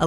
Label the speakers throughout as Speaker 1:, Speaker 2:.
Speaker 1: a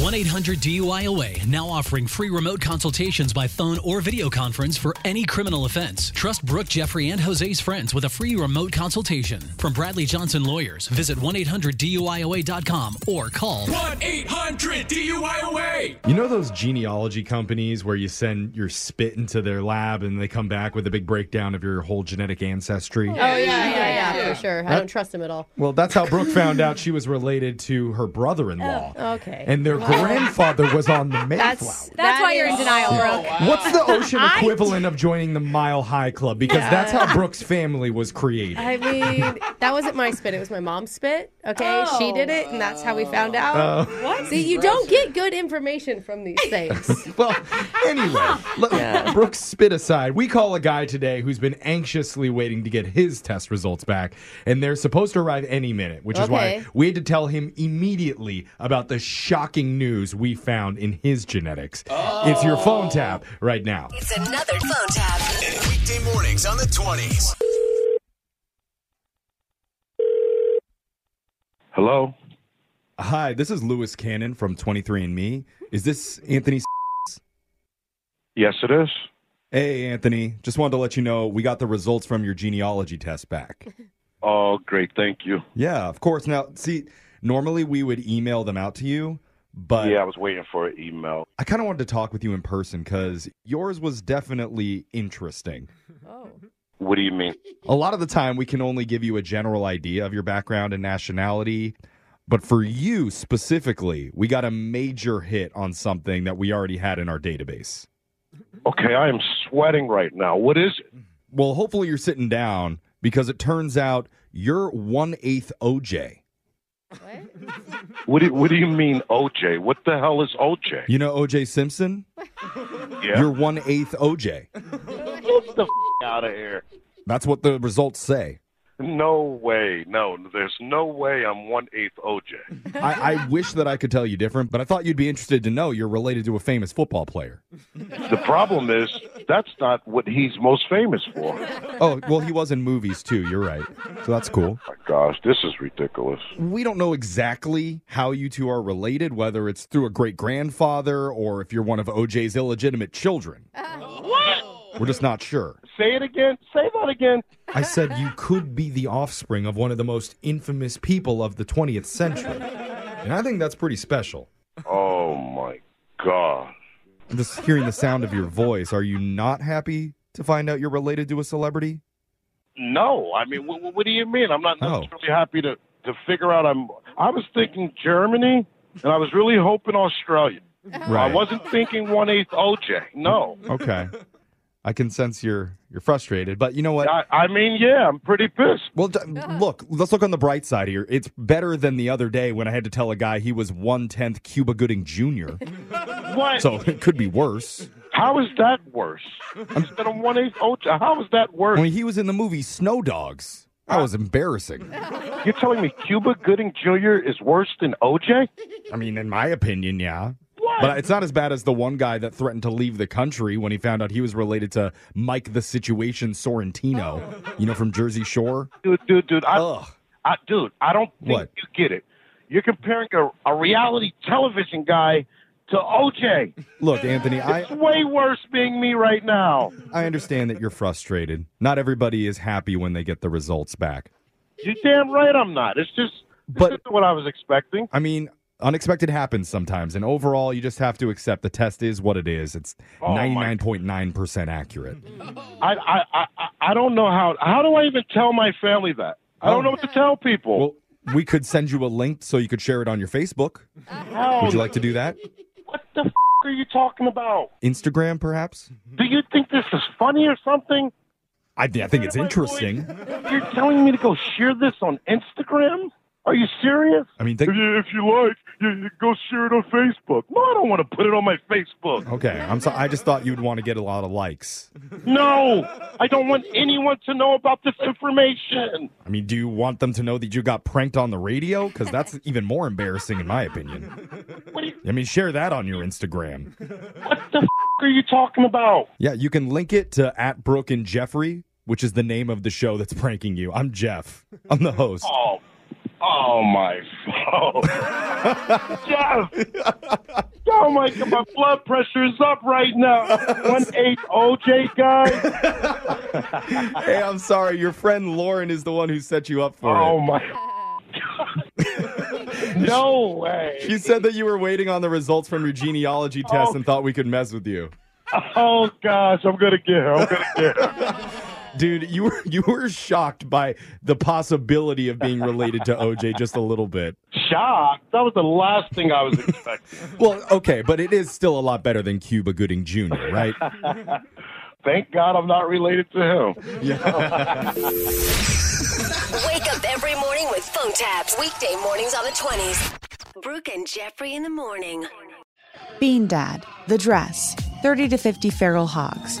Speaker 2: 1 800 DUIOA now offering free remote consultations by phone or video conference for any criminal offense. Trust Brooke, Jeffrey, and Jose's friends with a free remote consultation. From Bradley Johnson Lawyers, visit 1 800 DUIOA.com or call
Speaker 3: 1 800 DUIOA.
Speaker 4: You know those genealogy companies where you send your spit into their lab and they come back with a big breakdown of your whole genetic ancestry?
Speaker 5: Oh yeah, yeah, yeah, for sure. I don't trust him at all.
Speaker 4: Well, that's how Brooke found out she was related to her brother in law.
Speaker 5: Oh, Okay.
Speaker 4: And their grandfather was on the Mayflower.
Speaker 6: That's why you're in denial, Brooke.
Speaker 4: What's the ocean equivalent of joining the Mile High Club? Because that's how Brooke's family was created.
Speaker 5: I mean, that wasn't my spit. It was my mom's spit. Okay, she did it, and that's how we found out. what? See, you don't get good information from these things.
Speaker 4: Well, anyway, let, Brooks spit aside. We call a guy today who's been anxiously waiting to get his test results back, and they're supposed to arrive any minute, which is
Speaker 5: Okay.
Speaker 4: why we had to tell him immediately about the shocking news we found in his genetics. It's your phone tap right now.
Speaker 7: It's another phone tap.
Speaker 3: Weekday mornings on the 20s.
Speaker 8: Hello.
Speaker 4: Hi, this is Lewis Cannon from 23andMe. Is this Anthony?
Speaker 8: Yes, it is.
Speaker 4: Hey, Anthony. Just wanted to let you know we got the results from your genealogy test back.
Speaker 8: Oh, great. Thank you.
Speaker 4: Yeah, of course. Now, see, normally we would email them out to you, but
Speaker 8: yeah, I was waiting for an email.
Speaker 4: I kind of wanted to talk with you in person because yours was definitely interesting.
Speaker 5: Oh,
Speaker 8: What do you mean?
Speaker 4: A lot of the time, we can only give you a general idea of your background and nationality. But for you specifically, we got a major hit on something that we already had in our database.
Speaker 8: Okay, I am sweating right now. What is it?
Speaker 4: Well, hopefully you're sitting down because it turns out you're one eighth OJ.
Speaker 5: what?
Speaker 8: What do, what do you mean, OJ? What the hell is OJ?
Speaker 4: You know OJ Simpson?
Speaker 8: Yeah.
Speaker 4: You're one eighth OJ.
Speaker 8: Get the f- out of here.
Speaker 4: That's what the results say.
Speaker 8: No way. No, there's no way I'm one eighth OJ.
Speaker 4: I, I wish that I could tell you different, but I thought you'd be interested to know you're related to a famous football player.
Speaker 8: The problem is that's not what he's most famous for. Oh
Speaker 4: Oh, well, he was in movies too. You're right. So that's cool.
Speaker 8: my gosh, this is ridiculous.
Speaker 4: We don't know exactly how you two are related, whether it's through a great grandfather or if you're one of OJ's illegitimate children. What? We're just not sure.
Speaker 8: Say it again. Say that again.
Speaker 4: I said you could be the offspring of one of the most infamous people of the 20th century. And I think that's pretty special.
Speaker 8: Oh my god.
Speaker 4: I'm just hearing the sound of your voice. Are you not happy to find out you're related to a celebrity?
Speaker 8: No, I mean, what, what do you mean? I'm not
Speaker 4: Oh.
Speaker 8: necessarily happy to, to figure out. I'm. I was thinking Germany, and I was really hoping Australia. Uh-huh. I wasn't thinking one eighth OJ. No,
Speaker 4: Okay. I can sense you're you're frustrated, but you know what?
Speaker 8: I, I mean, yeah, I'm pretty pissed.
Speaker 4: Well, d- look, let's look on the bright side here. It's better than the other day when I had to tell a guy he was one tenth Cuba Gooding Jr.
Speaker 8: What?
Speaker 4: So it could be worse.
Speaker 8: How is that worse? Instead of one eighth OJ, how is that worse?
Speaker 4: When he was in the movie Snow Dogs, that was embarrassing.
Speaker 8: You're telling me Cuba Gooding Jr. is worse than OJ?
Speaker 4: I mean, in my opinion, yeah. But it's not as bad as the one guy that threatened to leave the country when he found out he was related to Mike the Situation Sorrentino, you know, from Jersey Shore.
Speaker 8: Dude, dude, dude. I, I, dude, I don't think
Speaker 4: What?
Speaker 8: you get it. You're comparing a, a reality television guy to OJ.
Speaker 4: Look, Anthony, I,
Speaker 8: It's way worse being me right now.
Speaker 4: I understand that you're frustrated. Not everybody is happy when they get the results back.
Speaker 8: You're damn right I'm not. It's just,
Speaker 4: But-
Speaker 8: but, what I was expecting.
Speaker 4: I mean, unexpected happens sometimes, and overall, you just have to accept the test is what it is. It's
Speaker 8: Oh, my-
Speaker 4: 99.9% accurate.
Speaker 8: I, I, I, I- I don't know how. How do I even tell my family that? I don't know what to tell people.
Speaker 4: Well, we could send you a link so you could share it on your Facebook.
Speaker 8: Hell,
Speaker 4: Would you like to do that?
Speaker 8: what the f- are you talking about?
Speaker 4: Instagram, perhaps?
Speaker 8: Do you think this is funny or something?
Speaker 4: I, I think it's interesting.
Speaker 8: You're telling me to go share this on Instagram? Are you serious?
Speaker 4: I mean, think.
Speaker 8: you, if you like, you, you go share it on Facebook. No, I don't want to put it on my Facebook.
Speaker 4: Okay, I'm so, I just thought you'd want to get a lot of likes.
Speaker 8: No, I don't want anyone to know about this information.
Speaker 4: I mean, do you want them to know that you got pranked on the radio? Because that's even more embarrassing, in my opinion.
Speaker 8: What, do you,
Speaker 4: I mean, share that on your Instagram.
Speaker 8: what the f- are you talking about?
Speaker 4: Yeah, you can link it to at Brooke and Jeffrey, which is the name of the show that's pranking you. I'm Jeff. I'm the host.
Speaker 8: Oh, oh my phone. Jeff! Oh my god, my blood pressure is up right now. One eight OJ guy.
Speaker 4: Hey, I'm sorry. Your friend Lauren is the one who set you up for
Speaker 8: Oh
Speaker 4: it.
Speaker 8: my No way.
Speaker 4: She said that you were waiting on the results from your genealogy test and thought we could mess with you.
Speaker 8: Oh gosh, I'm gonna get her. I'm gonna get her.
Speaker 4: Dude, you were you were shocked by the possibility of being related to OJ just a little bit.
Speaker 8: Shocked. That was the last thing I was expecting.
Speaker 4: Well, okay, but it is still a lot better than Cuba Gooding Jr., right?
Speaker 8: Thank God I'm not related to him.
Speaker 7: Wake up every morning with phone taps. Weekday mornings on the 20s. Brooke and Jeffrey in the morning.
Speaker 9: Bean Dad, The Dress, 30 to 50 Feral Hogs.